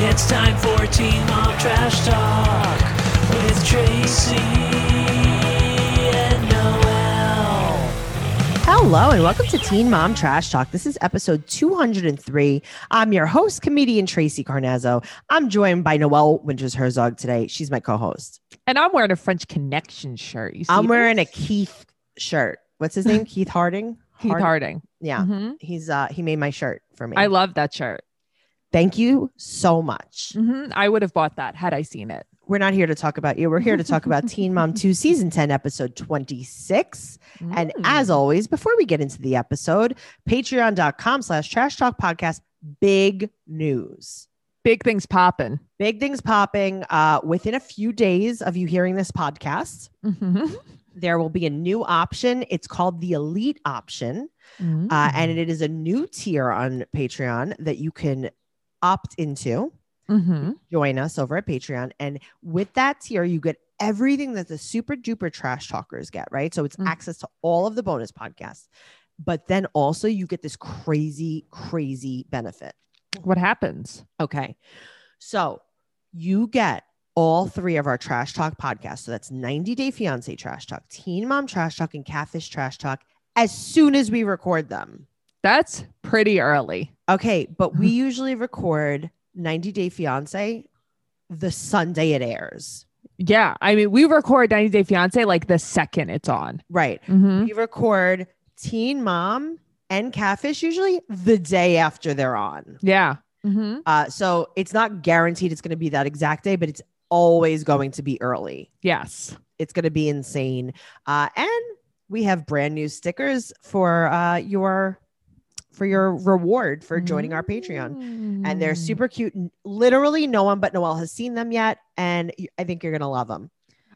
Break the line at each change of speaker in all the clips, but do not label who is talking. It's time for Team Up Trash Talk with Tracy and Noel.
Hello and welcome to Teen Mom Trash Talk. This is episode 203. I'm your host, comedian Tracy Carnazzo. I'm joined by Noelle Winters Herzog today. She's my co-host.
And I'm wearing a French Connection shirt. You see
I'm
this?
wearing a Keith shirt. What's his name? Keith Harding.
Keith
Hard-
Harding.
Yeah,
Mhm.
he's uh he made my shirt for me.
I love that shirt.
Thank you so much.
Mhm. I would have bought that had I seen it.
We're not here to talk about you. We're here to talk about Teen Mom 2 season 10 episode 26. And
Mm.
as always, before we get into the episode, patreon.com slash trash talk podcast, big news.
big things popping.
Big things popping. Uh, within a few days of you hearing this podcast,
Mhm.
there will be a new option. It's called the Elite Option.
Mm-hmm. Mm.
Uh, and it is a new tier on Patreon that you can opt into.
Mhm.
Join us over at Patreon. And with that tier, you get everything that the super duper trash talkers get, right? So it's
Mm.
access to all of the bonus podcasts. But then also, you get this crazy, crazy benefit.
what happens?
Okay. So you get all three of our trash talk podcasts. So that's 90 Day Fiance Trash Talk, Teen Mom Trash Talk, and Catfish Trash Talk as soon as we record them.
That's pretty early.
Okay. But we usually record 90 Day Fiance the Sunday it airs.
Yeah. I mean, we record 90 Day Fiance like the second it's on.
Right.
Mhm.
We record Teen Mom and Catfish usually the day after they're on.
Yeah. Mhm.
Uh, so it's not guaranteed it's going to be that exact day, but it's always going to be early.
Yes.
It's going to be insane. Uh, and we have brand new stickers for uh, your for your reward for joining our Patreon. And they're
Mm.
super cute. N- Literally, no one but Noelle has seen them yet, and y- I think you're gonna love them.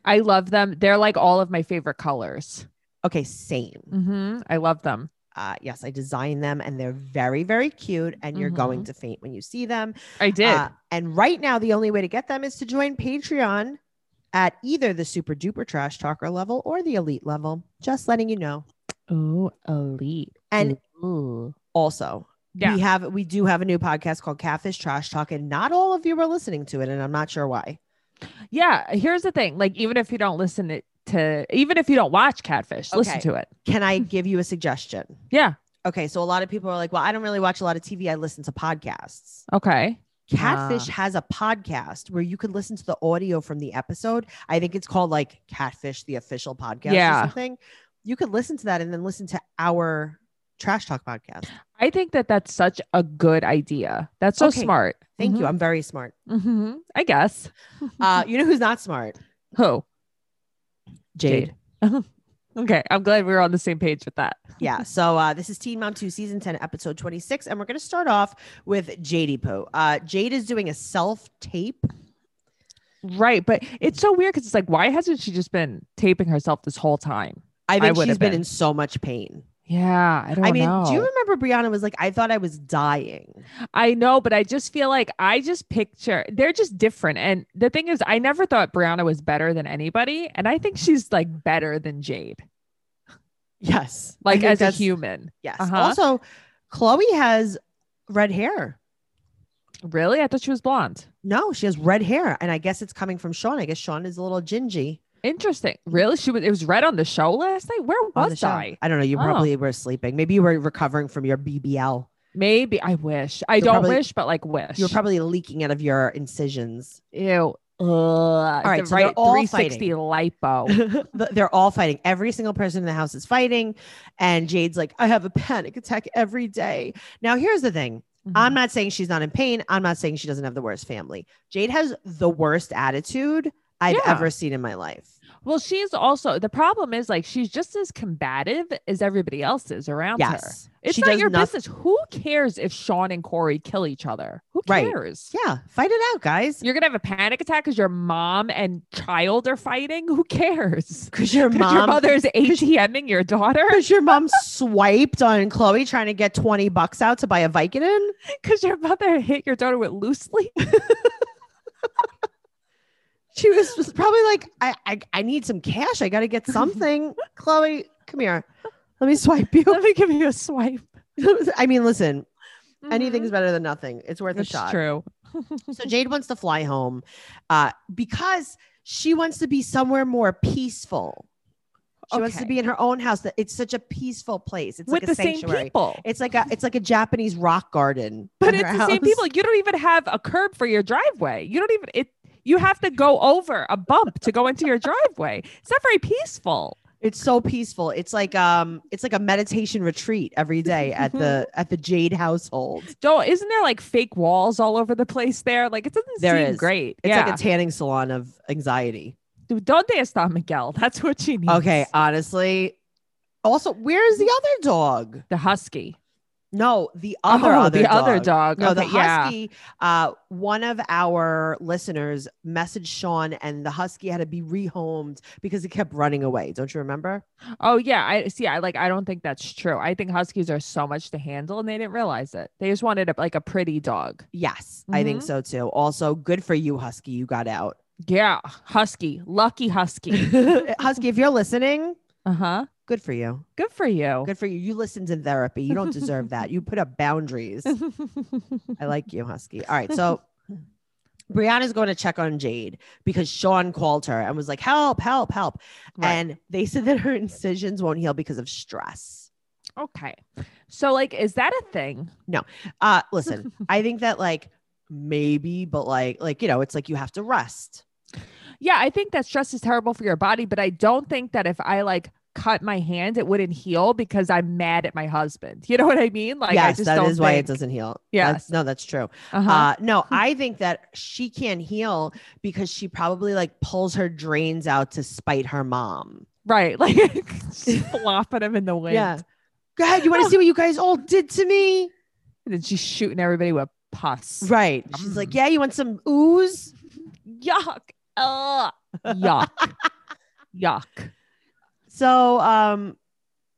I love them. They're like all of my favorite colors.
Okay, same.
Mhm. I love them.
Uh, yes, I designed them, and they're very, very cute. And you're going to faint when you see them.
I Mm-hmm. did.
Uh, and right now, the only way to get them is to join Patreon at either the super duper trash talker level or the elite level. Just letting you know.
oh, elite.
And
Ooh.
also
Yeah.
we have we do have a new podcast called catfish trash talk and not all of you are listening to it and i'm not sure why
Yeah, here's the thing. Like, even if you don't listen it to, even if you don't watch Catfish, listen
Okay.
to it.
can i give you a suggestion
Yeah.
okay so a lot of people are like well i don't really watch a lot of tv i listen to podcasts
Okay.
catfish has a podcast where you could listen to the audio from the episode i think it's called like catfish the official podcast or
Yeah.
something you could listen to that and then listen to our trash talk podcast
I think that that's such a good idea. That's so
Okay. Mm-hmm.
smart.
thank you i'm very smart
you. hmm I guess.
uh you know who's not smart
Who?
jade.
okay. I'm glad we were on the same page with that.
yeah. So uh, this is Teen Mom 2, season 10, episode 26. And we're going to start off with JD Pooh. Uh, Jade is doing a self tape.
Right. But it's so weird because it's like, why hasn't she just been taping herself this whole time?
I think
would
she's
have
been.
been. Oh,
in so much pain.
Yeah. I don't
I mean,
know.
do you remember Brianna was like, I thought I was dying?
I know, but I just feel like I just picture they're just different. And the thing is, I never thought Brianna was better than anybody. And I think she's like better than Jade,
Yes. I
like
think
as a
that's-
human.
Yes.
uh-huh.
Also, Chloe has red hair.
Really? I thought she was blonde.
No, she has red hair. And I guess it's coming from Sean. I guess Sean is a little gingy
Interesting. Really? She was it was red on the show last night. Where
on the
was
show.
I?
I don't know. You
Oh.
probably were sleeping. Maybe you were recovering from your BBL.
Maybe I wish. I
You're
don't
probably-
wish, but like wish.
You were probably leaking out of your incisions.
ew. Ugh. All
right, so they're all
360 lipo.
Th- they're all fighting. Every single person in the house is fighting. And Jade's like, I have a panic attack every day. Now, here's the thing
Mm-hmm.
I'm not saying she's not in pain. I'm not saying she doesn't have the worst family. Jade has the worst attitude I've
Yeah.
ever seen in my life.
well, she's also the problem is like she's just as combative as everybody else is around her.
Yes.
It's
she
not
does
your
noth-
business. Who cares if Sean and Corey kill each other? Who
Right.
cares?
Yeah. Fight it out, guys.
You're gonna have a panic attack because your mom and child are fighting. Who cares?
Because your
'Cause
mom.
your mother's ATMing your daughter.
because your mom swiped on Chloe trying to get 20 bucks out to buy a Vicodin.
Because your mother hit your daughter with loosely.
She was was probably like, I, I, I need some cash. I got to get something. Chloe, come here. Let me swipe you.
Let me give you a swipe.
I mean, listen,
Mhm.
anything's better than nothing. It's worth a
Mm-hmm. It's
shot.
true.
so Jade wants to fly home uh, because she wants to be somewhere more peaceful. She wants to
Okay.
be in her own house. That it's such a peaceful place. It's like
with
a
the
sanctuary.
same people.
It's like a it's like a Japanese rock garden.
but
in
it's
her
the same
house.
people. You don't even have a curb for your driveway. You don't even it. You have to go over a bump to go into your driveway. It's not very peaceful.
It's so peaceful. It's like um it's like a meditation retreat every day at the at the Jade household. It's
Don't isn't there like fake walls all over the place there? Like it doesn't
There
seem
is.
great.
like
yeah.
a tanning salon of anxiety.
Dude, Donde está Miguel? That's what she needs.
Okay, honestly. Also, where is the other dog?
The husky.
No, the other
oh,
other
the
dog.
other dog.
No, the
Okay, yeah.
husky. Uh, one of our listeners messaged Sean, and the husky had to be rehomed because it kept running away. Don't you remember?
Oh yeah, I see. I like. I don't think that's true. I think huskies are so much to handle, and they didn't realize it. They just wanted a, like a pretty dog.
Yes, I think
Mhm.
so too. Also, good for you, husky. You got out.
Yeah, husky, lucky husky.
husky, if you're listening,
uh huh.
good for you.
Good for you.
Good for you. You listened in therapy. You don't deserve that. You put up boundaries. I like you, Husky. All right. So Brianna's going to check on Jade because Sean called her and was like, help, help, help.
Right.
And they said that her incisions won't heal because of stress.
okay. So like, is that a thing?
Uh listen, I think that like maybe, but like like you know, it's like you have to rest.
Yeah, I think that stress is terrible for your body, but I don't think that if I like cut my hand, it wouldn't heal because I'm mad at my husband. You know what I mean? Like, I
yes,
just
that
don't
is why it
think-
doesn't heal. That's,
Yes.
no, that's true.
Uh-huh.
Uh, no, I think that she can't heal because she probably like pulls her drains out to spite her mom.
right, like just flopping him in the wind.
Yeah. Go ahead. You
Oh.
want to see what you guys all did to me?
And then she's shooting everybody with pus.
Right. She's like, yeah, you want some ooze?
Yuck. Ugh. Yuck. Yuck.
So, um,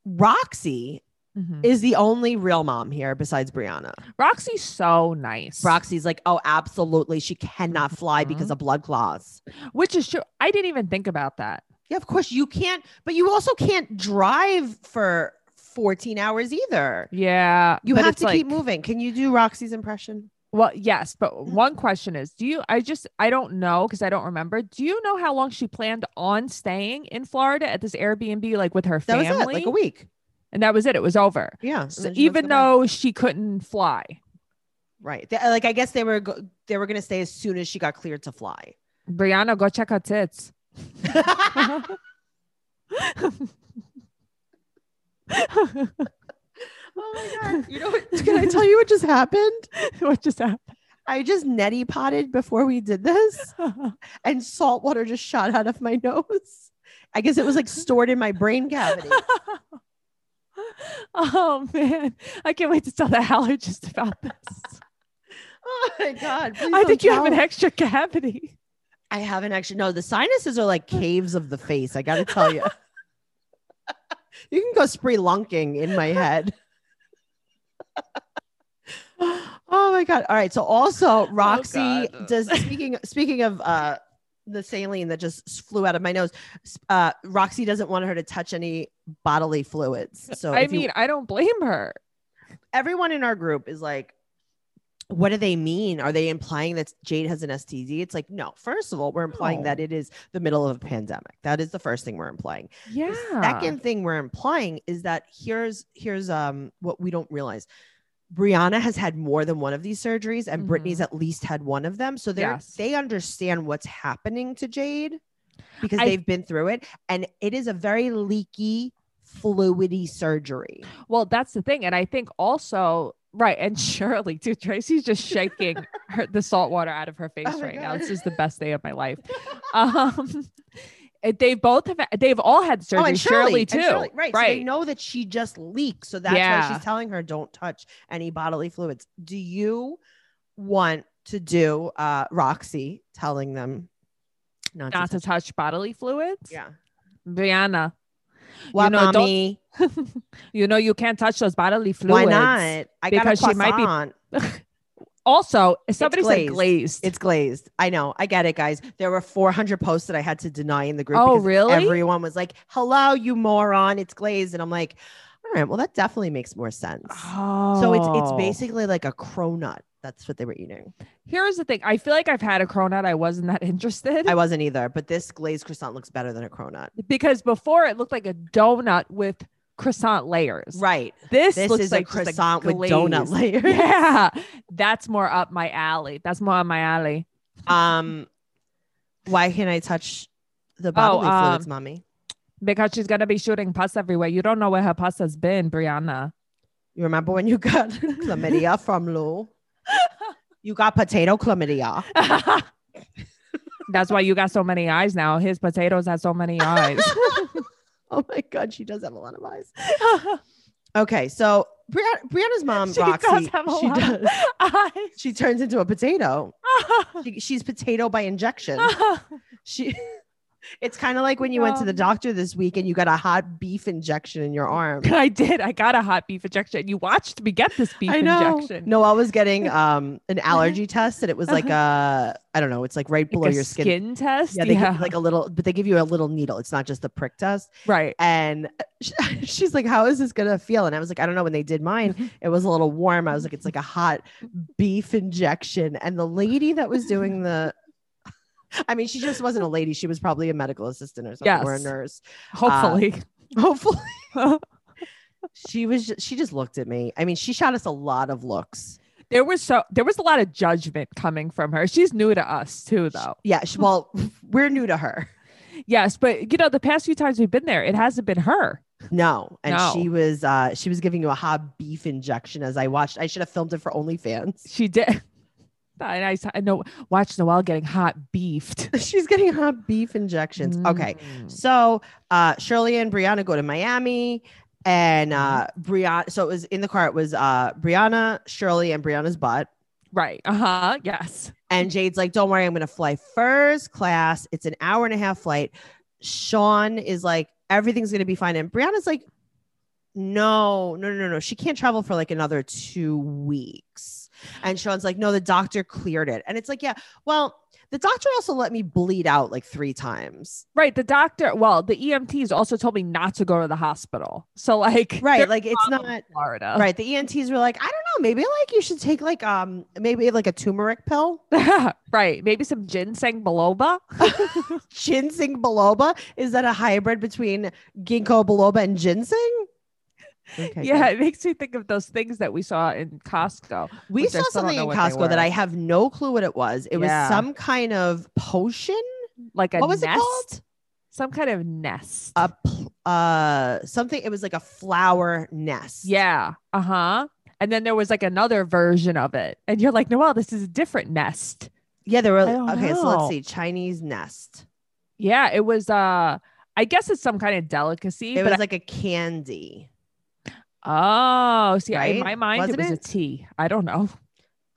Roxy
Mhm.
is the only real mom here besides Brianna.
Roxy's so nice.
Roxy's like, oh, absolutely. She cannot fly
Mm-hmm.
because of blood clots.
which is true. I didn't even think about that.
Yeah, of course you can't, but you also can't drive for 14 hours either.
Yeah.
You
but
have
it's
to keep
like-
moving. Can you do Roxy's impression?
Well, yes,
Mm.
but one question is, do you I just I don't know because I don't remember. Do you know how long she planned on staying in Florida at this Airbnb like with her
That
family?
was it, like a week. And
And that was it. It was over.
Yeah.
So
and then she wants
even
to go back.
though she couldn't fly.
right, They- like I guess they were go- they were gonna stay as soon as she got cleared to fly.
Brianna, go check her tits.
Oh my god! You know, what- can I tell you what just happened?
what just
I just neti potted before we did this,
happened?
and salt water just shot out of my nose. I guess it was like stored in my brain cavity.
oh man, I can't wait to tell the allergist about this.
Oh my god! please
I
don't
think you have an
tell.
extra cavity.
I haven't actually. No, the sinuses are like caves of the face. I got to tell you. you can go spree lunking in my head. oh my god! All right. So also, Roxy
Oh, God.
does. Speaking speaking of uh, the saline that just s- flew out of my nose, s- uh, Roxy doesn't want her to touch any bodily fluids. So
I
Oh, if you-
mean, I don't blame her.
everyone in our group is like. What do they mean? Are they implying that Jade has an STD? It's like, no, first of all, we're implying
No.
that it is the middle of a pandemic. That is the first thing we're implying.
Yeah.
The second thing we're implying is that here's here's um what we don't realize. Brianna has had more than one of these surgeries, and Brittany's at least had one of them. So they are
Mm-hmm. Yes.
they understand what's happening to Jade because
I-
they've been through it, and it is a very leaky, fluidy surgery.
Well, that's the thing, and I think also right, and Shirley too. Tracy's just shaking her, the salt water out of her face
Oh my
right now.
God.
This is the best day of my life. Um, and they both have. They've all had surgery.
Oh, and
Shirley,
Shirley,
too.
and Shirley, right? So they know that she just leaks, so that's why
Yeah.
she's telling her don't touch any bodily fluids. Do you want to do uh, Roxy telling them not,
not
to?
to touch bodily fluids.
Yeah.
Brianna,
What,
know, don't-
mommy?
you know you can't touch those bodily
Why
fluids.
not? I got a
Because she might be-
croissant.
Also, if somebody
glazed.
said glazed,
It's glazed. I know. I get it, guys. There were 400 posts that I had to deny in the group.
Oh,
because
really?
Everyone was like, "Hello, you moron! It's glazed," and I'm like, "All right, well, that definitely makes more sense."
oh.
So it's it's basically like a cronut. That's what they were eating.
Here's the thing. I feel like I've had a cronut. I wasn't that interested.
I wasn't either, but this glazed croissant looks better than a cronut.
because before it looked like a donut with croissant layers.
Right.
This,
This
looks
is
like
a
just
croissant with
glaze.
donut layers.
Yeah, that's more up my alley. That's more on my alley.
Um, why can't I touch the bodily
um,
fluids, mommy?
Because she's gonna be shooting pus everywhere. You don't know where her pus has been, Brianna.
You remember when you got chlamydia from Lou? You got potato chlamydia.
That's why you got so many eyes now. His potatoes have so many eyes.
Oh my God, she does have a lot of eyes. Okay, so Brianna, Brianna's mom,
She
Roxy,
does have a
she
lot of-
does. She turns into a potato. She, she's potato by injection. She. It's kind of like when you went to the
Um.
doctor this week and you got a hot beef injection in your arm.
I did. I got a hot beef injection. You watched me get this beef injection.
Noelle was getting um an allergy test, and it was like a I don't know, it's like right
Uh-huh.
below
Like a
your
skin,
skin.
test.
Yeah,
Yeah,
they give you like a little, but they give you a little needle. It's not just the prick test.
right.
And she- she's like, "How is this gonna feel?" And I was like, "I don't know." When they did
Mm-hmm.
mine, it was a little warm. I was like, "It's like a hot beef injection." And the lady that was doing the I mean, she just wasn't a lady. She was probably a medical assistant or something, or a
Yes.
nurse.
Hopefully.
Hopefully, she was. Just, she just looked at me. I mean, she shot us a lot of looks.
There was so there was a lot of judgment coming from her. She's new to us too, though.
Yeah, she, well, we're new to her.
Yes, but you know, the past few times we've been there, it hasn't been her.
No, and
No.
she was uh she was giving you a hot beef injection as I watched. I should have filmed it for OnlyFans.
She did. And I, s- I know, watch Noelle getting hot beefed.
She's getting hot beef injections. Okay,
Mm.
so uh Shirley and Brianna go to Miami, and
Mm-hmm.
uh Brianna. So it was in the car. It was uh Brianna, Shirley, and Brianna's butt.
Right. Uh huh. Yes.
And Jade's like, "Don't worry, I'm gonna fly first class. It's an hour and a half flight." Sean is like, "Everything's gonna be fine," and Brianna's like, "No, no, no, no, no. She can't travel for like another two weeks." And Sean's like, "No, the doctor cleared it." And it's like, "Yeah, well, the doctor also let me bleed out like three times,
Right. The doctor, well, the EMTs also told me not to go to the hospital. So, like,
right?
they're
Like, it's
from
not."
Florida.
Right. The ENTs were like, I don't know, maybe like you should take like um maybe like a turmeric pill.
Right. right. Maybe some ginseng biloba.
ginseng biloba. Is that a hybrid between ginkgo biloba and ginseng? Okay,
yeah.
good.
It makes me think of those things that we saw in Costco.
We
which
saw
I still don't
something
know
in
what they
Costco that
were.
I have no clue what it was. It
Yeah.
was some kind of potion.
Like a
what was
nest.
it called?
Some kind of nest.
A pl- uh something. It was like a flower nest.
Yeah. Uh huh. And then there was like another version of it. And you're like, Noelle, this is a different nest.
yeah. There were
I don't
okay. So let's
know.
see. Chinese nest.
Yeah. It was, uh, I guess it's some kind of delicacy.
It
but
was like a candy.
Oh, see, I, in
Right?
my mind
Wasn't
it was
it?
a tea. I don't know.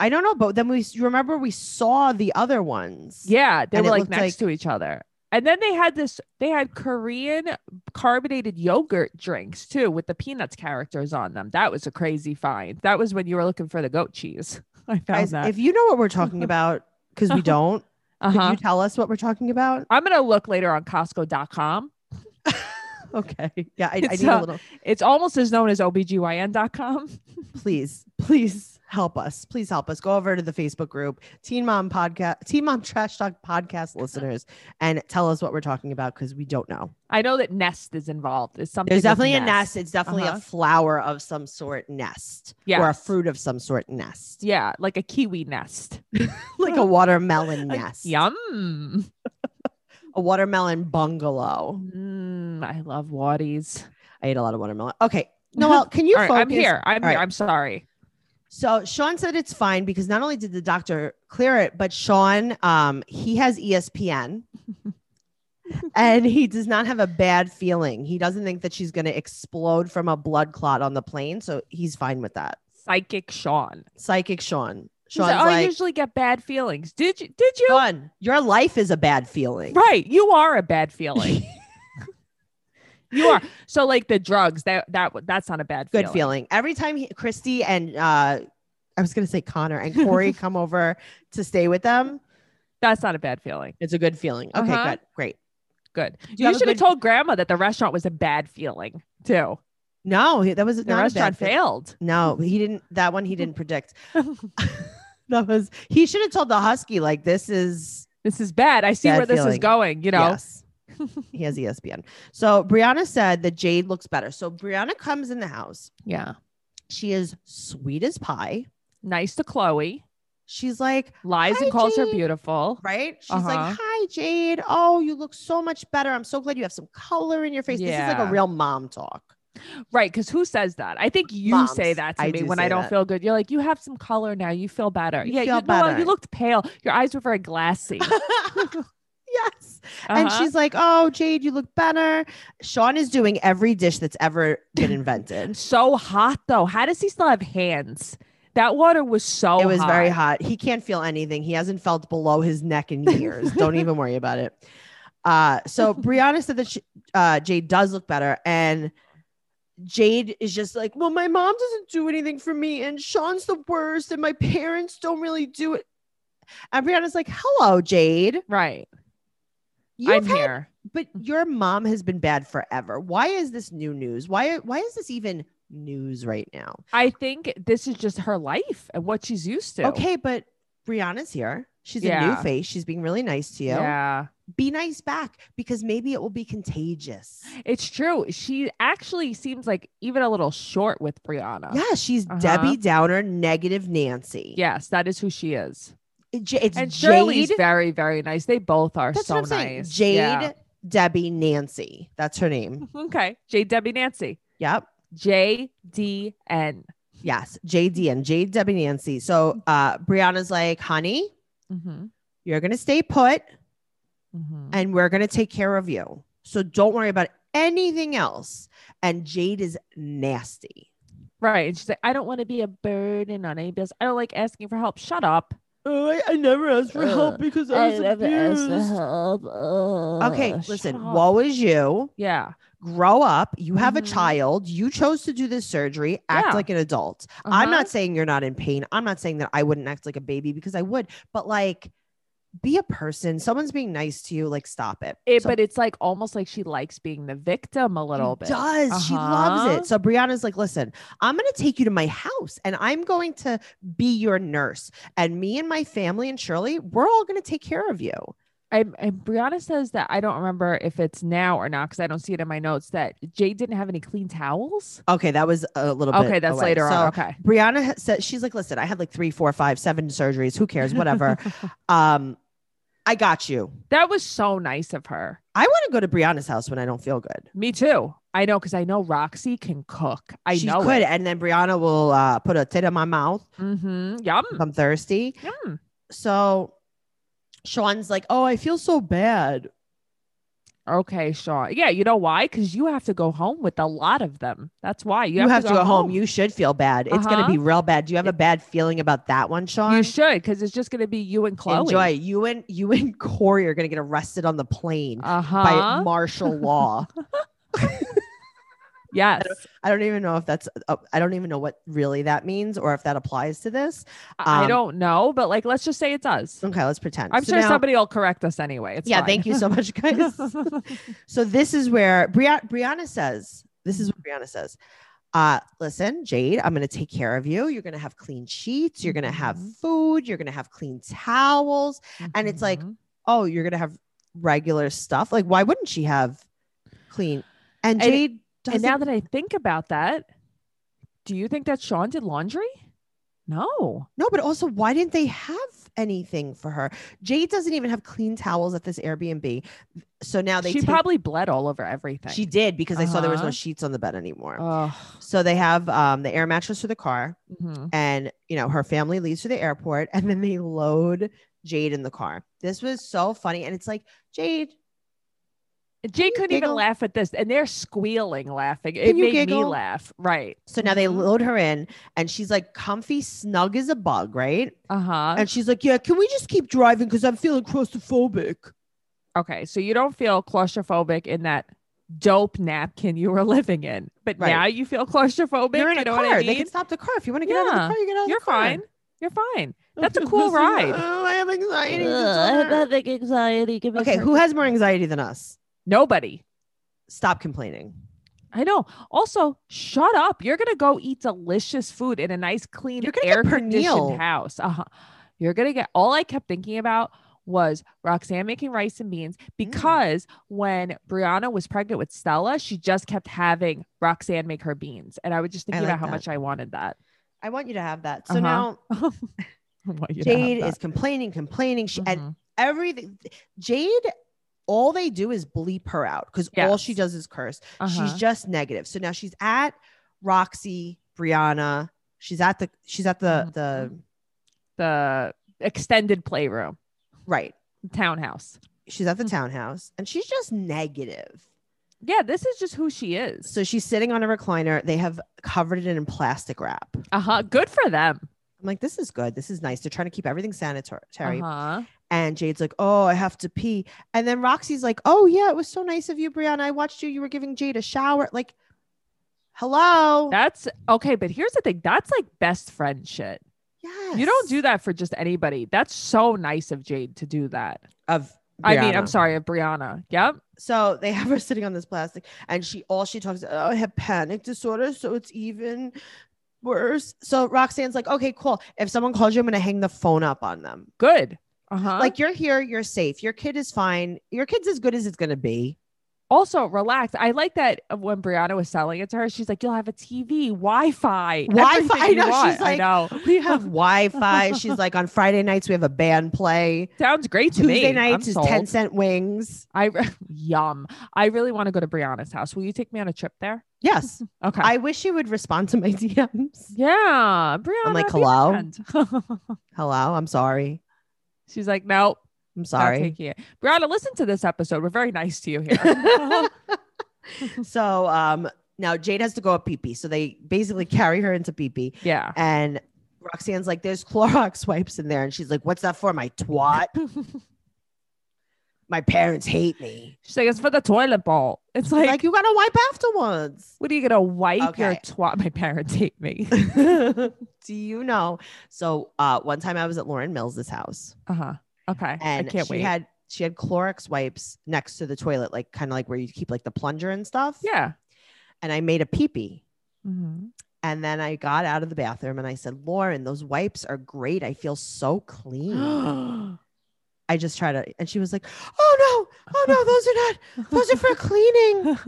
I don't know, but then we you remember we saw the other ones.
Yeah, they
And it
were like
looked
next
like-
to each other. And then they had this. They had Korean carbonated yogurt drinks too, with the peanuts characters on them. That was a crazy find. That was when you were looking for the goat cheese. I found
Guys,
that.
if you know what we're talking about, because we don't,
Uh
could
huh.
you tell us what we're talking about?
I'm gonna look later on Costco.com.
Okay. Yeah, I, I
It's,
need a
uh,
little.
It's almost as known as OBGYN.com.
Please, please help us. Please help us. Go over to the Facebook group, Teen Mom Podcast, Teen Mom Trash Talk Podcast listeners, and tell us what we're talking about because we don't know.
I know that nest is involved. It's something.
There's
with
definitely a nest. It's definitely
Uh-huh.
a flower of some sort nest, or a
Yes.
fruit of some sort nest,
Yeah, like a kiwi nest.
like a watermelon nest,
Yum.
a watermelon bungalow.
Mm, I love Waddies.
I ate a lot of watermelon. Okay, Noel, can you
All right,
focus?
I'm here. I'm
All
here.
right.
I'm sorry.
So Sean said it's fine because not only did the doctor clear it, but Sean, um, he has ESPN. and he does not have a bad feeling. He doesn't think that she's going to explode from a blood clot on the plane, so he's fine with that.
Psychic Sean.
Psychic Sean.
She's
Sean's
like, "Oh, I
like,
usually get bad feelings. Did you? Did you?
Sean, your life is a bad feeling.
Right. You are a bad feeling. you are. So like the drugs that that that's not a bad
Good feeling. Every time he, Christy and uh, I was going to say Connor and Corey come over to stay with them,
That's not a bad feeling.
it's a good feeling. Okay,
Uh-huh.
good, great.
Good.
you
You,
have a
should have
good-
told grandma that the restaurant was a bad feeling too.
No, he- that was
The
not a bad
restaurant
feeling.
failed.
No, he didn't. That one he didn't predict. That was he should have told the husky like this is
This is bad. I see
Bad
where this is
feeling.
going, you know.
Yes. he has E ESPN. So Brianna said that Jade looks better. So Brianna comes in the house.
Yeah.
She is sweet as pie.
Nice to Chloe.
She's like,
Lies
Hi,
and calls her
Jade.
beautiful.
right? She's
Uh-huh.
like, hi, Jade. Oh, you look so much better. I'm so glad you have some color in your face. This is like
Yeah.
a real mom talk.
Right. Cause who says that? I think you say
Moms.
that to
I
me
do
when
say
I don't
that.
feel good. You're like, you have some color now. You feel better.
You
yeah.
feel
you, no,
better.
you looked pale. Your eyes were very glassy.
yes. And
Uh-huh.
she's like, oh, Jade, you look better. Sean is doing every dish that's ever been invented.
so hot though. How does he still have hands? That water was so
it was very
hot.
hot. He can't feel anything. He hasn't felt below his neck in years. Don't even worry about it. Uh, so Brianna said that she, uh, Jade does look better, and Jade is just like, well, my mom doesn't do anything for me, and Sean's the worst, and my parents don't really do it. And Brianna's like, hello, Jade.
Right. I'm
You've had
here.
but your mom has been bad forever. Why is this new news? Why why is this even news right now?
I think this is just her life and what she's used to.
Okay, but Brianna's here. She's a
Yeah.
new face. She's being really nice to you.
Yeah.
Be nice back because maybe it will be contagious.
It's true. She actually seems like even a little short with Brianna.
Yeah, she's
Uh-huh.
Debbie Downer, negative Nancy.
Yes, that is who she is.
It- J- it's
And Shirley's
Jade.
very, very nice. They both are
That's
so
what I'm saying.
nice.
Jade,
Yeah.
Debbie, Nancy. That's her name.
Okay. Jade Debbie Nancy.
Yep.
J D N.
Yes. JD and Jade, Debbie, Nancy. So uh, Brianna's like, honey,
Mm-hmm.
you're going to stay put.
Mm-hmm.
and we're going to take care of you. So don't worry about anything else. And Jade is nasty.
Right. And she's like, I don't want to be a burden on anybody else. I don't like asking for help. Shut up.
Oh, I, I never asked
for help Ugh,
because
help.
Okay, listen, woe is you.
Yeah.
Grow up. You have
Mhm.
a child. You chose to do this surgery. Act
Yeah. Uh-huh.
like an adult. I'm not saying you're not in pain. I'm not saying that I wouldn't act like a baby because I would, but like, be a person. Someone's being nice to you. Like, stop it.
It,
So-
Eh, but it's like almost like she likes being the victim a little bit.
She does. She loves
Uh-huh.
it. So Brianna's like, listen, I'm going to take you to my house and I'm going to be your nurse. And me and my family and Shirley, we're all going to take care of you.
And, and Brianna says that I don't remember if it's now or not because I don't see it in my notes that Jade didn't have any clean towels.
Okay. That was a little bit.
Okay, that's
away.
later
So
on. Okay.
Brianna ha- said, she's like, listen, I had like three, four, five, seven surgeries. Who cares? Whatever. um, I got you.
That was so nice of her.
I want to go to Brianna's house when I don't feel good.
Me too. I know because I know Roxy can cook. I
she
know
could.
it.
And then Brianna will uh, put a tit in my mouth.
Mm-hmm. Yum.
if I'm thirsty.
Yum.
So Sean's like, oh, I feel so bad.
Okay, Sean. Yeah, you know why? Because you have to go home with a lot of them. That's why you,
you, have, to go, home. You should feel bad. It's going
Uh-huh.
to be real bad. Do you have a bad feeling about that one, Sean?
You should because it's just gonna be you and Chloe.
Enjoy. You and you and Corey are going to get arrested on the plane by
Uh huh.
martial law.
Yes.
I don't even know if that's. Uh, I don't even know what really that means or if that applies to this.
I I
um,
don't know, but like, let's just say it does.
Okay, let's pretend.
I'm
So
sure
now-
somebody will correct us anyway. It's
Yeah,
fine.
thank you so much, guys. so this is where Bri- Brianna says. This is what Brianna says. Uh, listen, Jade, I'm going to take care of you. You're going to have clean sheets. You're going to have
Mhm.
food. You're going to have clean towels. And it's like-
Mhm.
oh, you're gonna have regular stuff. Like, why wouldn't she have clean? And
And-
Jade doesn't.
and now that I think about that, do you think that Sean did laundry? No.
no, but also, why didn't they have anything for her? Jade doesn't even have clean towels at this Airbnb. So now they
she
take-
probably bled all over everything.
she did because I saw there was no
Uh-huh.
sheets on the bed anymore.
Oh,
so they have um, the air mattress for the car, and you know her family leaves for the airport, and then they load Jade in the car. This was so funny, and it's like Jade,
Jay couldn't
giggle?
even laugh at this, and they're squealing, laughing. It
Can you
made me
giggle?
laugh. Right.
So now they
Mhm.
load her in and she's like comfy, snug as a bug, right?
Uh huh.
And she's like, Yeah, can we just keep driving? Because I'm feeling claustrophobic.
Okay, so you don't feel claustrophobic in that dope napkin you were living in, but
Right.
now you feel claustrophobic.
You're in
you
a
know
car.
what I
They
mean?
can stop the car. If you want to get out of
Yeah,
the car, you get out of
You're
the car.
fine. You're fine. That's a cool ride.
Oh, I have anxiety.
anxiety.
okay, who has more anxiety than us?
Nobody.
Stop complaining.
I know. Also, shut up. You're gonna go eat delicious food in a nice, clean,
You're gonna get
air conditioned
Pernil.
house. Uh huh. You're gonna get all I kept thinking about was Roxanne making rice and
Mm.
beans because when Brianna was pregnant with Stella, she just kept having Roxanne make her beans. And I was just
I
thinking
like
about how
that.
much I wanted that.
I want you to have that. So
Uh-huh.
now
I want you to have
Jade
that.
is complaining, complaining. She and
Mhm.
everything. Jade, all they do is bleep her out because all she
Yes.
does is curse.
Uh-huh.
She's just negative. So now she's at Roxy, Brianna. She's at the she's at the
Mhm.
the
the extended playroom,
right.
townhouse.
She's at the
Mhm.
townhouse and she's just negative.
Yeah, this is just who she is.
So she's sitting on a recliner. They have covered it in plastic wrap. I'm
Uh huh. Good for them.
like, this is good. This is nice. They're trying to keep everything sanitary.
Uh huh.
And Jade's like, oh, I have to pee. And then Roxy's like, oh, yeah, it was so nice of you, Brianna. I watched you. You were giving Jade a shower. Like, hello.
That's okay. But here's the thing that's like best friend shit.
yes.
You don't do that for just anybody. That's so nice of Jade to do that.
Of
I mean, I'm
Brianna.
sorry, of Brianna. Yep.
So they have her sitting on this plastic, and she all she talks about, oh, I have panic disorder, so it's even worse. So Roxanne's like, okay, cool. If someone calls you, I'm gonna hang the phone up on them.
Good. Uh huh. Like
Like you're here, you're safe. Your kid is fine. Your kid's as good as it's gonna be.
also relax. I like that when Brianna was selling it to her, she's like, "You'll have a TV, Wi-Fi,
Wi-Fi.
everything
I
you
know. She's
want."
like-
I know.
We have Wi-Fi. She's like, on Friday nights we have a band play.
Sounds great to me.
Tuesday
I'm
nights is
sold.
ten cent wings.
I re- yum. I really want to go to Brianna's house. Will you take me on a trip there?
Yes,
Okay.
I wish you would respond to my DMs.
yeah, Brianna.
like,
be
"Hello?"
my friend."
Hello, I'm sorry.
She's like, "No,
I'm
sorry,
sorry.
it. Brianna, listen to this episode. We're very nice to you here.
So um now Jade has to go up pee pee. So they basically carry her into pee pee.
yeah.
And Roxanne's like, there's Clorox wipes in there. And she's like, what's that for? My twat. My parents hate me.
She's like, "It's for the toilet bowl." It's
Like,
like,
you gotta wipe afterwards.
what are you gonna wipe your
Okay.
twat? My parents hate me.
Do you know? So uh one time I was at Lauren Mills' house
Uh huh. Okay.
and
I can't
she
wait.
had she had Clorox wipes next to the toilet, like kind of like where you keep like the plunger and stuff.
yeah.
And I made a pee pee.
Mm-hmm.
And then I got out of the bathroom and I said, Lauren, those wipes are great. I feel so clean. I just tried to. And she was like, oh no, oh no, those are not, those are for cleaning.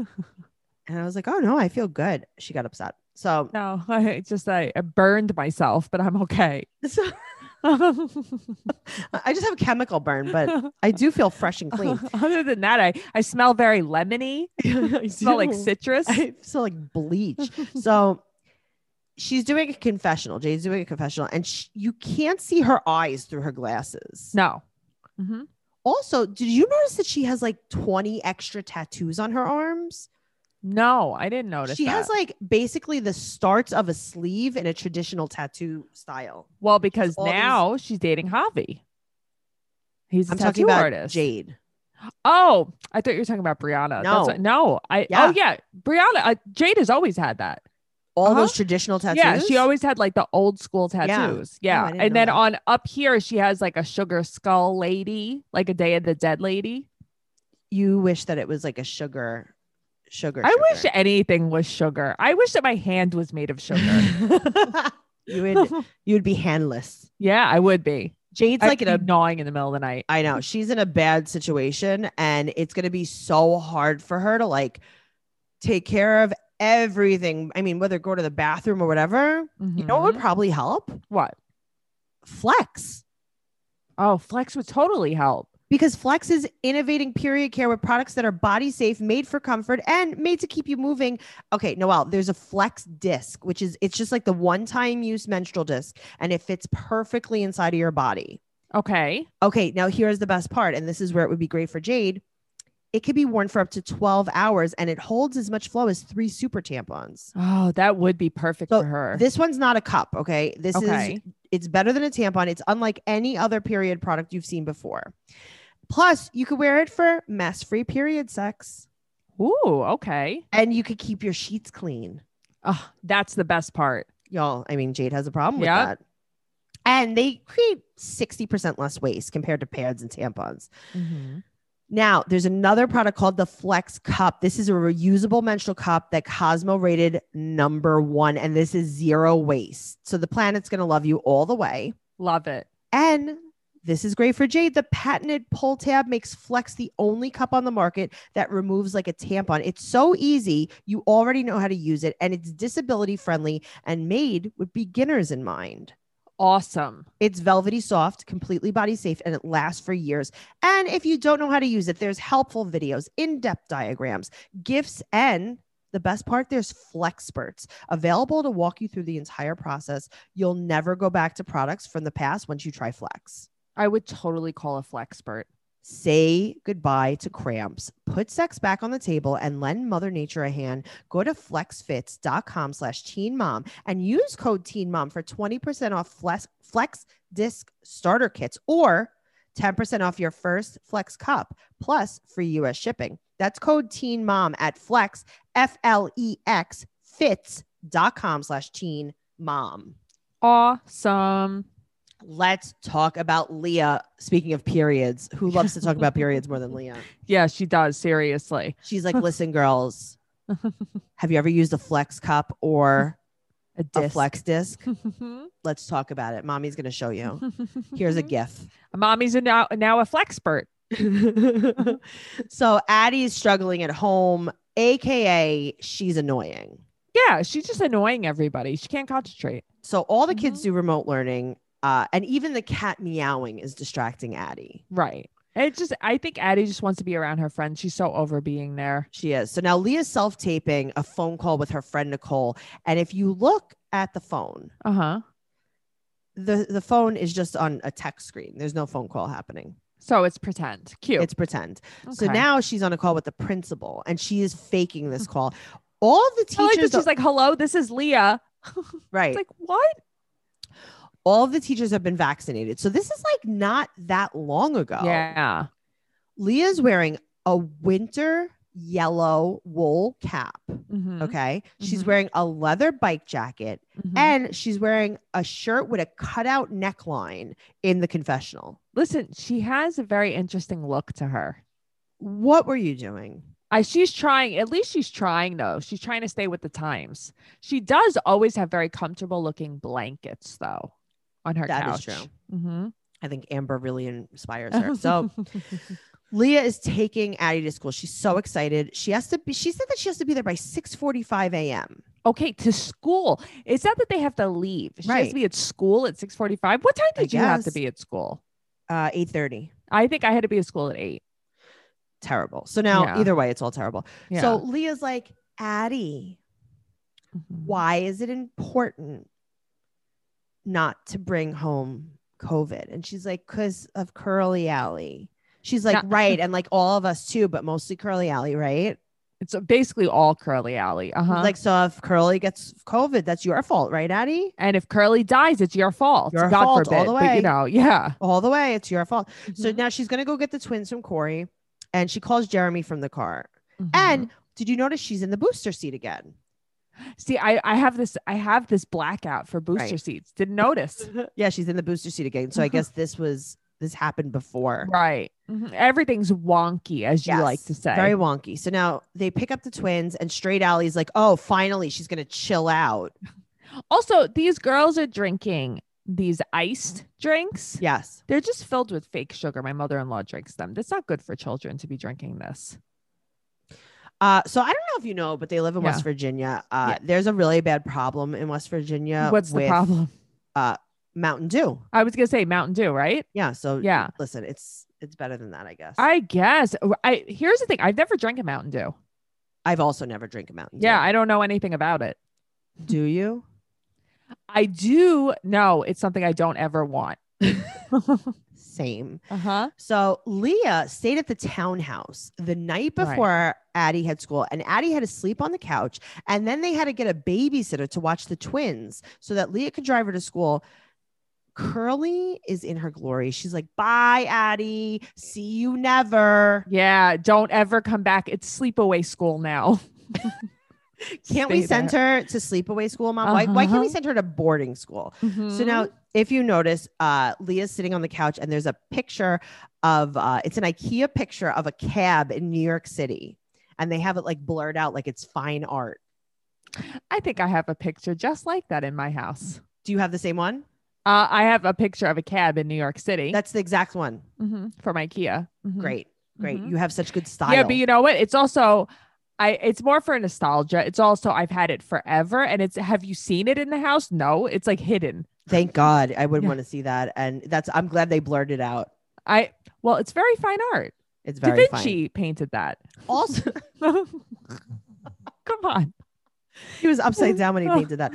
And I was like, oh no, I feel good. She got upset. So,
no, I just I, I burned myself, but I'm okay.
so I just have a chemical burn, but I do feel fresh and clean.
Other than that, I, I smell very lemony.
I
smell like
do.
citrus.
I feel like bleach. So she's doing a confessional. Jade's doing a confessional, and sh you can't see her eyes through her glasses.
no. Mhm.
Also, did you notice that she has like 20 extra tattoos on her arms?
No, I didn't notice.
she has
that.
like basically the starts of a sleeve in a traditional tattoo style.
well because
all these-
now she's dating Javi. He's a
I'm
tattoo
talking about
artist.
Jade.
Oh, I thought you were talking about
No.
Brianna. That's what- no, I.
Yeah.
Oh yeah, Brianna. Uh, Jade has always had that.
All
Uh-huh.
those traditional tattoos.
Yeah, she always had like the old school tattoos.
Oh,
Yeah.
I didn't
and
know
then
that.
on up here, she has like a sugar skull lady, like a Day of the Dead lady.
You wish that it was like a sugar, sugar.
I wish
sugar.
anything was sugar. I wish that my hand was made of sugar.
you would. You would be handless.
yeah, I would be.
Jade's
I'd
like in
be
a.
gnawing in the middle of the night.
I know she's in a bad situation, and it's going to be so hard for her to like take care of everything. I mean, whether go to the bathroom or whatever. You know what would
Mhm.
probably help?
What?
Flex.
Oh, Flex would totally help.
Because Flex is innovating period care with products that are body safe, made for comfort, and made to keep you moving. Okay, Noelle, there's a Flex disc, which is it's just like the one-time use menstrual disc, and it fits perfectly inside of your body.
Okay.
Okay, now here's the best part, and this is where it would be great for Jade. It could be worn for up to 12 hours and it holds as much flow as three super tampons.
Oh, that would be perfect
So
for her.
This one's not a cup, okay? This is
okay.
It's better than a tampon. It's unlike any other period product you've seen before. Plus, you could wear it for mess free period sex
Ooh. Okay.
and you could keep your sheets clean.
Oh, that's the best part.
Y'all, I mean, Jade has a problem with
Yep.
that. And they create 60% less waste compared to pads and tampons. Mm-hmm. Now, there's another product called the Flex Cup. This is a reusable menstrual cup that Cosmo rated number one, and this is zero waste. So the planet's going to love you all the way.
Love it.
And this is great for Jade. The patented pull tab makes Flex the only cup on the market that removes like a tampon. It's so easy. You already know how to use it, and it's disability friendly and made with beginners in mind.
Awesome.
It's velvety soft, completely body safe, and it lasts for years. And if you don't know how to use it, there's helpful videos, in depth diagrams, gifts, and the best part, there's Flexperts available to walk you through the entire process. You'll never go back to products from the past once you try Flex.
I would totally call a flexpert.
Say goodbye to cramps. Put sex back on the table and lend Mother Nature a hand. Go to flexfits.com slash teen mom and use code teen mom for 20% off flex, flex disc starter kits or 10% off your first flex cup plus free US shipping. That's code teen mom at flex, F L E X fits.com slash teen mom.
Awesome.
Let's talk about Leah. Speaking of periods, who loves to talk about periods more than Leah?
Yeah, she does. Seriously.
She's like, listen, girls, have you ever used a flex cup or
A
a
disc.
flex disc? Let's talk about it. Mommy's going to show you. Here's a GIF.
Mommy's a now, now a flexpert.
so Addie's struggling at home, AKA, she's annoying.
Yeah, she's just annoying everybody. She can't concentrate.
So all the kids do remote learning, uh, and even the cat meowing is distracting Addie.
Right. It just, I think Addie just wants to be around her friends. She's so over being there.
She is. So now Leah's self taping a phone call with her friend Nicole. And if you look at the phone,
Uh huh.
the, the phone is just on a text screen. There's no phone call happening.
So it's pretend. Cute.
It's pretend. So
Okay. Mm-hmm.
now she's on a call with the principal and she is faking this call. All of the
I like that
teachers,
she's like, hello, this is Leah.
right?
It's like, what?
all of the teachers have been vaccinated. So this is like not that long ago.
Yeah.
Leah's wearing a winter yellow wool cap.
Mhm.
Okay. She's
Mhm.
wearing a leather bike jacket
Mhm.
and she's wearing a shirt with a cutout neckline in the confessional.
Listen, she has a very interesting look to her.
What were you doing?
I she's trying, at least she's trying though. She's trying to stay with the times. She does always have very comfortable looking blankets though on her
That is
couch.
true.
Mm-hmm.
I think Amber really inspires her. So Leah is taking Addie to school. She's so excited. She has to be, she said that she has to be there by 6:45 a.m.
okay, to school. It's not that they have to leave. She has
Right.
to be at school at 6:45. What time
I
did you have to
guess.
be at school?
Uh 8:30.
I think I had to be at school at 8.
Terrible. So now
Yeah.
either way, it's all terrible.
Yeah.
So Leah's like, Addie,
Mm-hmm.
why is it important not to bring home COVID? And she's like, because of Curly Alley. She's like,
No.
right. And like all of us too, but mostly Curly Alley, right?
It's basically all Curly Alley.
She's
Uh-huh.
Like, so if Curly gets COVID, that's your fault, right, Addie?
and if Curly dies, it's your fault.
Your
God
fault
forbid.
all the
But
way.
you know, yeah.
All the way, it's your fault. So
Mhm.
now she's going to go get the twins from Corey and she calls Jeremy from the car.
Mhm.
And did you notice she's in the booster seat again?
See, I, I have this I have this blackout for booster
Right.
seats. Didn't notice.
Yeah, she's in the booster seat again. So I guess this was, this happened before.
right. Mhm. Everything's wonky, as you like
Yes,
to say.
Very wonky. So now they pick up the twins, and Straight Alley's like, oh, finally, she's going to chill out.
also, these girls are drinking these iced drinks.
Yes.
They're just filled with fake sugar. My mother-in-law drinks them. That's not good for children to be drinking this.
Uh, so I don't know if you know, but they live in
Yeah.
West Virginia. Uh, There's a really bad problem in West Virginia.
What's
with
the problem?
Mountain Dew.
I was gonna say Mountain Dew, right?
Yeah. So
Yeah.
listen, it's it's better than that, I guess. I,
I guess. I here's the thing. I've never drank a Mountain Dew.
have also never drank a Mountain Dew.
Yeah, I don't know anything about it.
Do you?
I do know it's something I don't ever want. uh-huh.
Same. So Leah stayed at the townhouse the night
Right.
before Addie had school, and Addie had to sleep on the couch. And then they had to get a babysitter to watch the twins so that Leah could drive her to school. Curly is in her glory. She's like, bye, Addie. See you never.
Yeah, don't ever come back. It's sleepaway school now.
Can't we send her to sleepaway school, mom? Why, why can't we
Uh-huh.
send her to boarding school?
Mm-hmm.
So now, if you notice, uh, Leah's sitting on the couch, and there's a picture of uh, it's an IKEA picture of a cab in New York City, and they have it like blurred out like it's fine art.
I think I have a picture just like that in my house.
Do you have the same one?
Uh, I have a picture of a cab in New York City
That's Mm-hmm. the exact one.
Mhm, from IKEA. Mhm.
Great. Great.
Mhm.
You have such good style.
Yeah, but you know what? It's also I it's more for nostalgia. It's also I've had it forever and it's have you seen it in the house? No, it's like hidden.
Thank God. I would
Yeah.
want to see that. And that's, I'm glad they blurred it out.
I well, it's very fine art.
It's very
da
fine.
Vinci painted that.
Also,
Come on.
he was upside down
Oh.
when he painted that.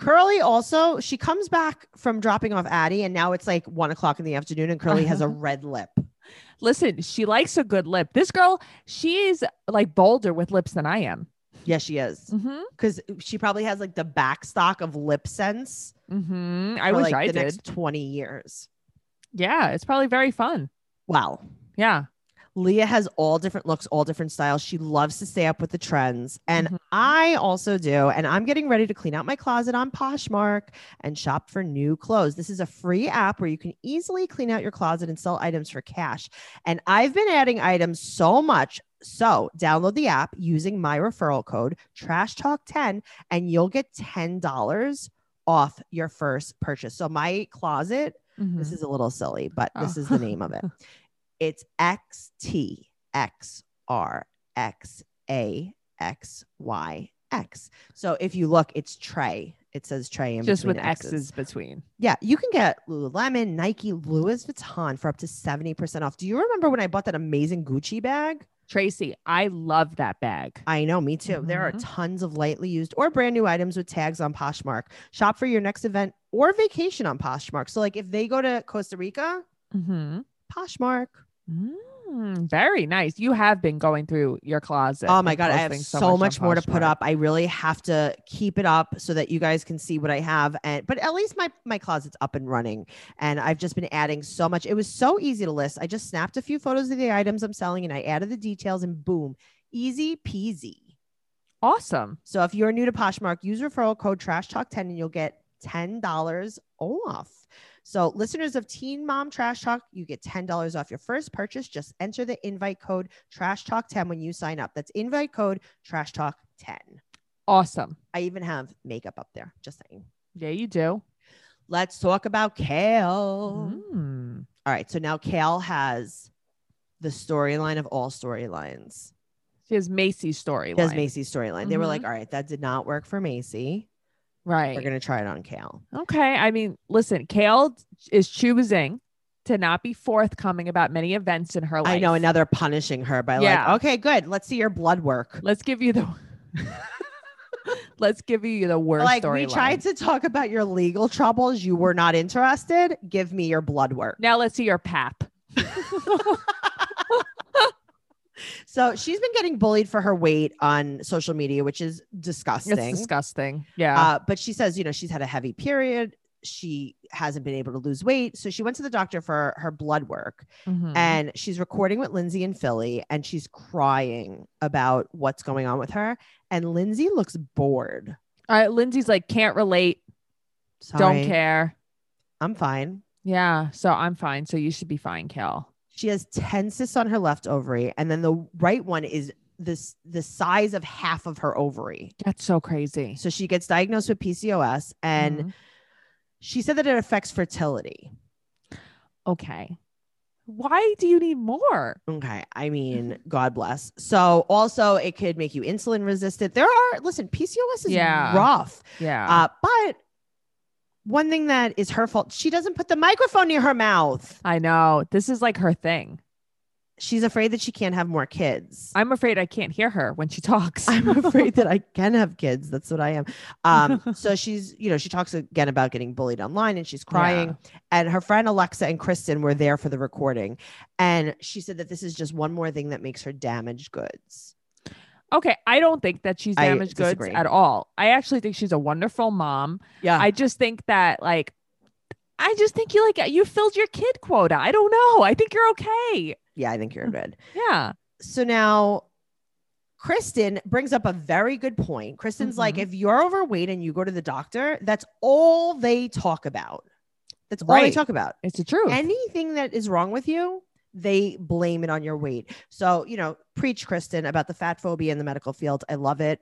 Curly also, she comes back from dropping off Addie, and now it's like one o'clock in the afternoon, and Curly
Uh-huh.
has a red lip.
Listen, she likes a good lip. This girl, she is like bolder with lips than I am.
Yes, she is.
Mm-hmm.
Because she probably has like the back stock of lip sense
Mm-hmm. I
for
wish
like
I
the
did.
next 20 years.
Yeah, it's probably very fun.
Wow.
Yeah.
Leah has all different looks, all different styles. She loves to stay up with the trends. And
Mhm.
I also do. And I'm getting ready to clean out my closet on Poshmark and shop for new clothes. This is a free app where you can easily clean out your closet and sell items for cash. And I've been adding items so much. So download the app using my referral code, Trash Talk 10, and you'll get $10 off your first purchase. So my closet
Mhm.
this is a little silly, but this
Oh.
is the name of it. It's X T X R X A X Y X. So if you look, it's Trey. It says Trey in
Just with
between
X's. between.
Yeah, you can get Lululemon, Nike, Louis Vuitton for up to seventy percent off. Do you remember when I bought that amazing Gucci bag?
Tracy, I love that bag.
I know, me too. There are
Mhm.
tons of lightly used or brand new items with tags on Poshmark. Shop for your next event or vacation on Poshmark. So, like, if they go to Costa Rica,
Mm-hmm.
Poshmark.
Mm, very nice. You have been going through your closet.
Oh
and
my god, I have
posting
so,
on
much, more to put
Poshmark.
up. I really have to keep it up so that you guys can see what I have. And but at least my my closet's up and running. And I've just been adding so much. It was so easy to list. I just snapped a few photos of the items I'm selling and I added the details and boom, easy peasy.
Awesome.
So if you're new to Poshmark, use referral code Trash Talk 10 and you'll get $10 off. So listeners of Teen Mom Trash Talk, you get $10 off your first purchase. Just enter the invite code Trash Talk 10 when you sign up. That's invite code Trash Talk 10.
Awesome.
I even have makeup up there. Just saying.
Yeah, you do.
Let's talk about Kale.
Mm.
All right. So now Kale has the storyline of all storylines.
She has Macy's storyline.
Does Macy's storyline? They were
Mhm.
like, all right, that did not work for Macy.
Right.
We're gonna try it on Kale.
okay. I mean, listen, Kale is choosing to not be forthcoming about many events in her life.
I know, and now they're punishing her by
Yeah.
like, okay, good. Let's see your blood work.
Let's give you the. Let's give you the worst
Like we
storyline.
tried to talk about your legal troubles. You were not interested. Give me your blood work.
Now let's see your pap.
So she's been getting bullied for her weight on social media, which is disgusting.
It's disgusting. Yeah.
Uh, but she says, you know, she's had a heavy period. She hasn't been able to lose weight. So she went to the doctor for her blood work.
Mhm.
and she's recording with Lindsay in Philly and she's crying about what's going on with her. And Lindsay looks bored.
Uh, Lindsay's like, can't relate.
Sorry,
Don't care.
I'm fine.
Yeah. So I'm fine. So you should be fine, Kel.
She has 10 cysts on her left ovary, and then the right one is this the size of half of her ovary.
That's so crazy.
So she gets diagnosed with PCOS and
Mhm.
she said that it affects fertility.
okay. Why do you need more?
Okay. I mean, God bless. So also it could make you insulin resistant. There are listen, PCOS is
Yeah.
rough.
Yeah.
Uh, but one thing that is her fault, she doesn't put the microphone near her mouth.
I know. This is like her thing.
She's afraid that she can't have more kids.
I'm afraid I can't hear her when she talks.
I'm afraid that I can have kids. That's what I am. Um, so she's, you know, she talks again about getting bullied online and she's crying. And her friend Alexa and Kristen were there for the recording. And she said that this is just one more thing that makes her damaged goods.
okay. I don't think that she's
I
damaged goods
disagree.
at all. I actually think she's a wonderful mom.
Yeah.
I just think that, like, I just think you like you filled your kid quota. I don't know. I think you're okay.
yeah, I think you're good.
Yeah.
so now Kristen brings up a very good point. Kristen's like,
Mhm.
if you're overweight and you go to the doctor, that's all they talk about. That's all they
Right.
talk about.
It's the truth.
Anything that is wrong with you, they blame it on your weight. So, you know, preach, Kristen, about the fat phobia in the medical field. I love it.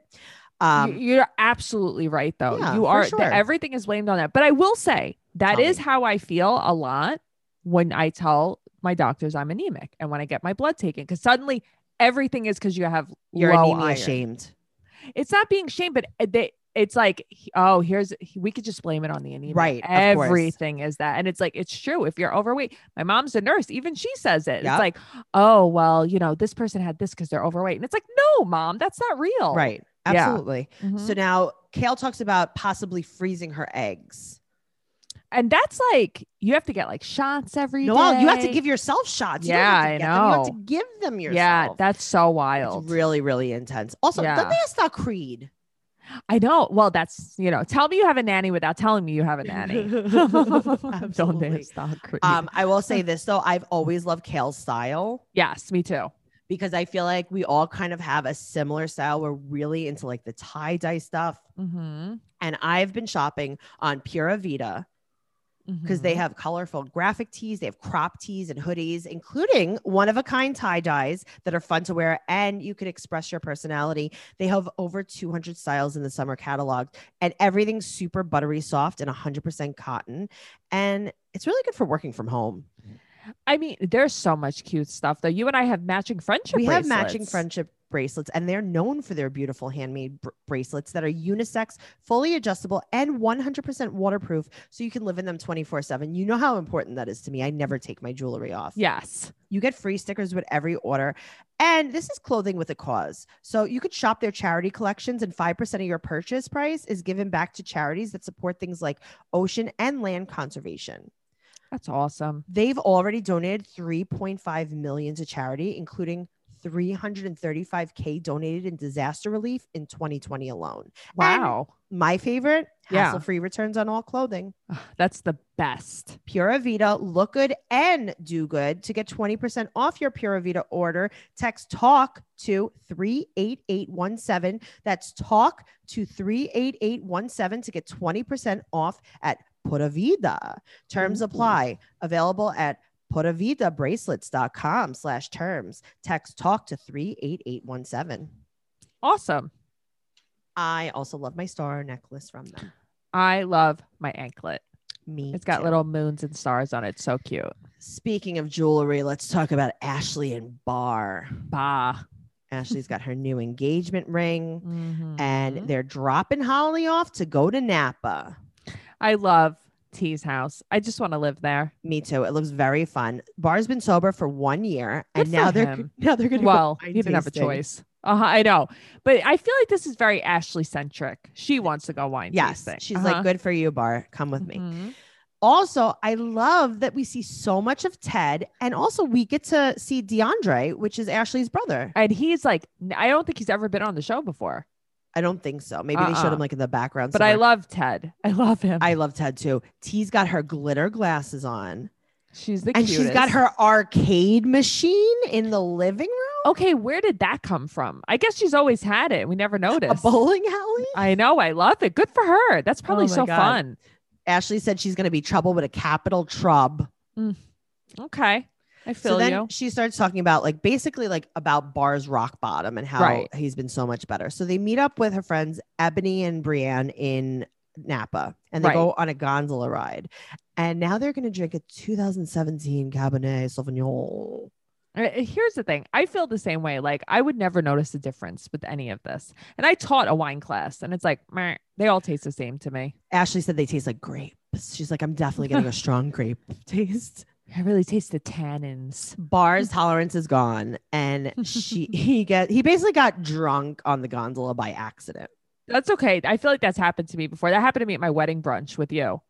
You-
Um,
you're absolutely right though
yeah,
you
for
are
sure.
everything is blamed on that but i will say That
Tell
is
me.
how I feel a lot when I tell my doctors I'm anemic and when I get my blood taken because suddenly everything is because you have
You're
low
anemia
iron.
shamed.
It's not being shamed, but uh, they, it's like he- oh here's he- we could just blame it on the anemia.
Right, of course.
Everything is that, and it's like it's true. If you're overweight, my mom's a nurse. Even she says it.
Yep.
It's like oh well you know this person had this because they're overweight, and it's like no mom that's not real.
Right.
Oh, Yeah.
Absolutely.
Mhm.
So now Kale talks about possibly freezing her eggs.
and that's like you have to get like shots every day.
No, you have to give yourself shots. You don't have
Yeah,
to
I
get them. You have
know.
to give them yourself.
Yeah, that's so
it's
wild.
really, really intense. Also, the
Yeah.
last thought creed.
I know. Well, that's you know. Tell me you have a nanny without telling me you have a nanny. Don't
Absolutely.
dare stop. Creed.
Um, I will say this though, I've always loved Kale's style
yes, me too.
because I feel like we all kind of have a similar style. We're really into like the tie dye stuff.
Mm-hmm.
And I've been shopping on Pura Vida.
Mm-hmm.
because they have colorful graphic tees, they have crop tees and hoodies, including one of a kind tie dyes that are fun to wear and you can express your personality. They have over 200 styles in the summer catalog, and everything's super buttery soft and 100% cotton. And it's really good for working from home.
I mean, there's so much cute stuff though. You and I have matching friendship.
we have matching
bracelets.
friendship bracelets, and they're known for their beautiful handmade br- bracelets that are unisex, fully adjustable, and 100% waterproof. So you can live in them 24 7. You know how important that is to me. I never take my jewelry off.
Yes.
You get free stickers with every order. And this is clothing with a cause. So you could shop their charity collections, and 5% of your purchase price is given back to charities that support things like ocean and land conservation.
That's awesome.
They've already donated 3.5 million to charity, including 335k donated in disaster relief in 2020 alone.
Wow.
My favorite,
Yeah.
hassle-free returns on all clothing.
Ugh, That's the best.
Pura Vida, look good and do good. To get 20% off your Pura Vida order, text TALK to 38817. That's TALK to 38817 to get 20% off at Pura Vida. Terms
Ooh.
apply. Available at puravidabracelets.com slash terms. Text TALK to 38817.
Awesome.
I also love my star necklace from them.
I love my anklet.
Me
It's got
too.
little moons and stars on it. So cute.
Speaking of jewelry, let's talk about Ashley and Barr.
Bah.
Ashley's got her new engagement ring
Mhm.
and they're dropping Holly off to go to Napa.
I love T's house. I just want to live there.
Me too. It looks very fun. Bar's been sober for one year and
Good
now
for
they're
him.
now they're gonna go
well,
wine
you didn't have a
tasting.
choice. Uh-huh, I know, but I feel like this is very Ashley centric. She wants to go wine
Yes.
tasting. Uh-huh.
She's like, good for you, Bar. Come with me.
Mhm.
Also, I love that we see so much of Ted and also we get to see DeAndre, which is Ashley's brother.
And he's like, n- I don't think he's ever been on the show before,
I don't think so. Maybe they showed
Uh-uh.
him like in the background.
but I
somewhere.
love Ted. I love him.
I love Ted too. T's got her glitter glasses on.
she's the
and
cutest.
she's got her arcade machine in the living room,
Okay, where did that come from? I guess she's always had it. We never
a
noticed.
bowling alley.
I know. I love it. Good for her. That's probably
Oh my
so
God.
fun.
Ashley said she's going to be trouble with a capital trub.
Okay, I feel
So then
you.
she starts talking about like basically like about Bar's rock bottom and how
Right.
he's been so much better. So they meet up with her friends Ebony and Brienne in Napa and they
Right.
go on a gondola ride. And now they're going to drink a 2017 Cabernet Sauvignon.
Uh, Here's the thing. I feel the same way. Like I would never notice the difference with any of this. And I taught a wine class and it's like, meh, they all taste the same to me.
Ashley said they taste like grapes. She's like, I'm definitely getting a strong grape taste.
I really taste the tannins.
Bar's tolerance is gone, and she he get he basically got drunk on the gondola by accident.
That's okay. I feel like that's happened to me before. That happened to me at my wedding brunch with you.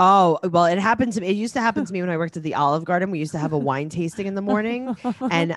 Oh well, it happened to me. It used to happen to me when I worked at the Olive Garden. We used to have a wine tasting in the morning, and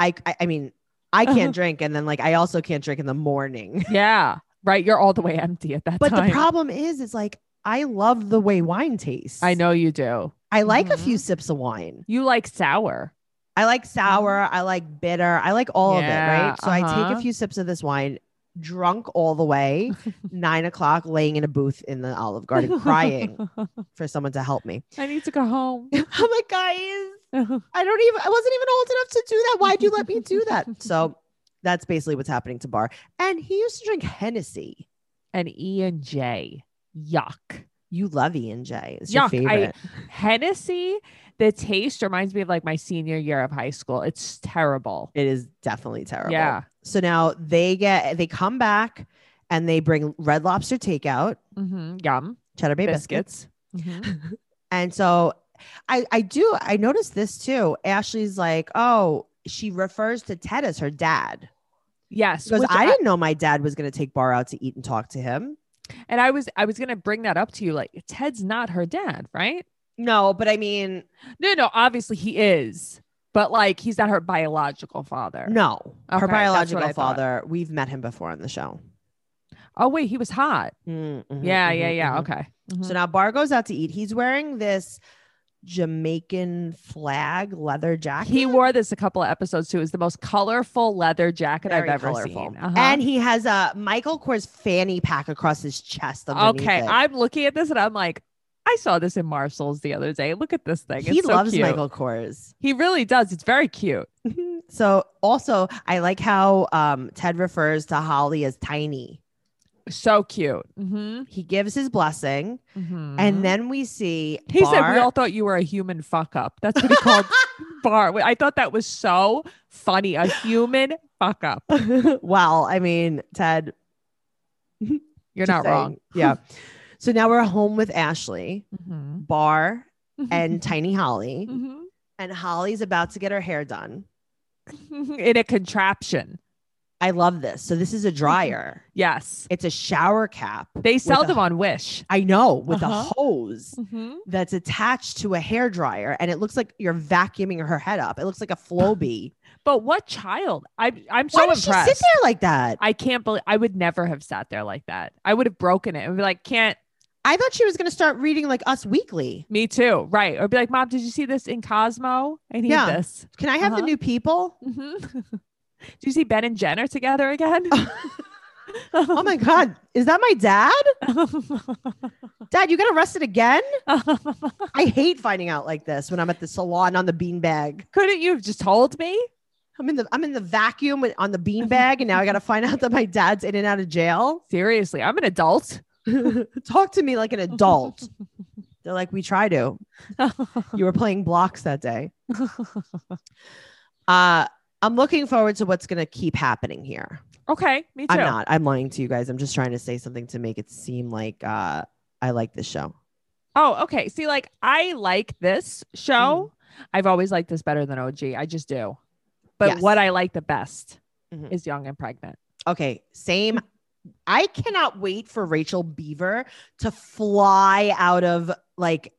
I I, I mean I
Uh-huh.
can't drink, and then like I also can't drink in the morning.
yeah, right. You're all the way empty at that
But
time.
the problem is, is like I love the way wine tastes.
I know you do.
I like a
Mhm.
few sips of wine.
You like sour.
I like sour. I like bitter. I like all of it.
Yeah,
Right. So I take a
uh-huh.
few sips of this wine, drunk all the way, nine o'clock, laying in a booth in the Olive Garden, crying for someone to help me.
I need to go home.
I'm like, guys, I don't even. I wasn't even old enough to do that. Why'd you let me do that? So that's basically what's happening to Bar. And he used to drink Hennessy.
and E and J. Yuck.
You love E and J. It's your
Yuck, I-
favorite.
Hennessy, the taste reminds me of like my senior year of high school. It's terrible.
it is definitely terrible.
Yeah.
So now they get they come back and they bring red lobster takeout, Mm-hmm.
hmm Yum.
cheddar bay biscuits.
Biscuits.
Mm-hmm.
Mhm.
And so I I do I noticed this too. Ashley's like, "Oh, she refers to Ted as her dad."
Yes.
Because
which
I didn't know my dad was going to take Bar out to eat and talk to him.
and I was I was gonna bring that up to you. Like Ted's not her dad, right?
No, but I mean,
No, no, obviously he is. But like he's not her biological father.
no.
Okay, that's
her
what
biological
I thought.
father, we've met him before on the show.
Oh wait, he was hot.
Mm, mhm,
yeah,
mhm,
yeah, yeah.
mhm.
Okay.
So now Bar goes out to eat. He's wearing this Jamaican flag leather jacket.
He wore this a couple of episodes too. It was the most colorful leather jacket
Very
I've ever
colorful.
seen. Uh-huh.
And he has a Michael Kors fanny pack across his chest. underneath
okay,
it.
I'm looking at this and I'm like, I saw this in Marshall's the other day. Look at this thing.
he
It's so
loves
cute.
Michael Kors.
He really does. It's very cute.
so also, I like how um, Ted refers to Holly as tiny.
So cute. Mm-hmm.
He gives his blessing, Mm-hmm. and then we see
he said, "We
Bart-
all thought you were a human fuck up." That's what he called Bar. I thought that was so funny. A human fuck up.
well, I mean, Ted,
You're
just
not wrong.
saying. Yeah. so now we're home with Ashley,
Mhm.
Bar, and Tiny Holly,
Mhm.
and Holly's about to get her hair done.
in a contraption.
I love this. So this is a dryer.
Yes,
It's a shower cap.
they sell
a- Mm-hmm.
them on Wish.
I know with
Uh-huh.
a hose
Mhm.
that's attached to a hair dryer, and it looks like you're vacuuming her head up. It looks like a Flowbee.
But what child? I'm I'm so
Why does
impressed.
she sit there like that?
I can't believe I would never have sat there like that. I would have broken it and be like, "Can't."
I thought she was going to start reading like Us Weekly.
Me too, right? Or be like, "Mom, did you see this in Cosmo? I need
Yeah.
this."
Can I have
Uh-huh.
the new people?
hmm Do you see Ben and Jenner together again?
Oh my God, is that my dad? Dad, you got arrested again? I hate finding out like this when I'm at the salon on the beanbag.
Couldn't you have just told me?
I'm in the I'm in the vacuum with- on the beanbag, and now I got to find out that my dad's in and out of jail.
Seriously, I'm an adult.
Talk to me like an adult. They're like, we try to. You were playing blocks that day. Uh, I'm looking forward to what's going to keep happening here.
okay, me too.
I'm not. I'm lying to you guys. I'm just trying to say something to make it seem like uh, I like this show.
Oh, okay. See, like I like this show. I've always liked this better than OG. I just do. But
Mm-hmm. Yes.
what I like the best
Mhm.
is Young and Pregnant.
Okay, same. I cannot wait for Rachel Beaver to fly out of like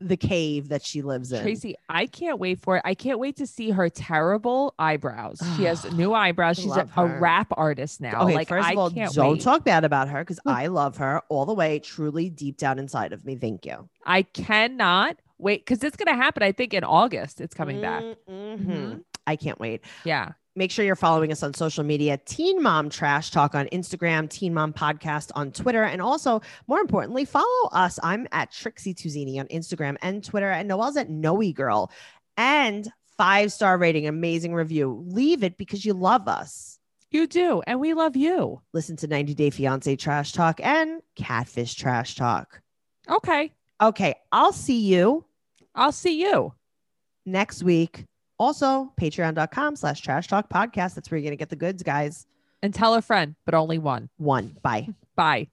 the cave that she lives in.
Tracy, I can't wait for it. I can't wait to see her terrible eyebrows. she has new eyebrows. She's a,
Love
a
her.
rap artist now.
Okay,
like
first
I
of all,
can't
don't
wait. Hmm.
talk bad about her because I love her all the way, truly deep down inside of me. Thank you.
I cannot wait because it's gonna happen. I think in August it's coming
Mm.
back. Mhm.
Mhm. I can't wait.
Yeah.
Make sure you're following us on social media Teen Mom Trash Talk on Instagram, Teen Mom Podcast on Twitter. And also, more importantly, follow us. I'm at Trixie Tuzini on Instagram and Twitter, and Noelle's at Noe Girl. And five star rating, amazing review. Leave it because you love us.
You do, and we love you.
Listen to 90 Day Fiance Trash Talk and Catfish Trash Talk.
Okay.
Okay, I'll see you
I'll see you.
next week. Also, patreon.com slash trash talk podcast. That's where you're going to get the goods, guys.
And tell a friend, but only one.
One. Bye.
Bye.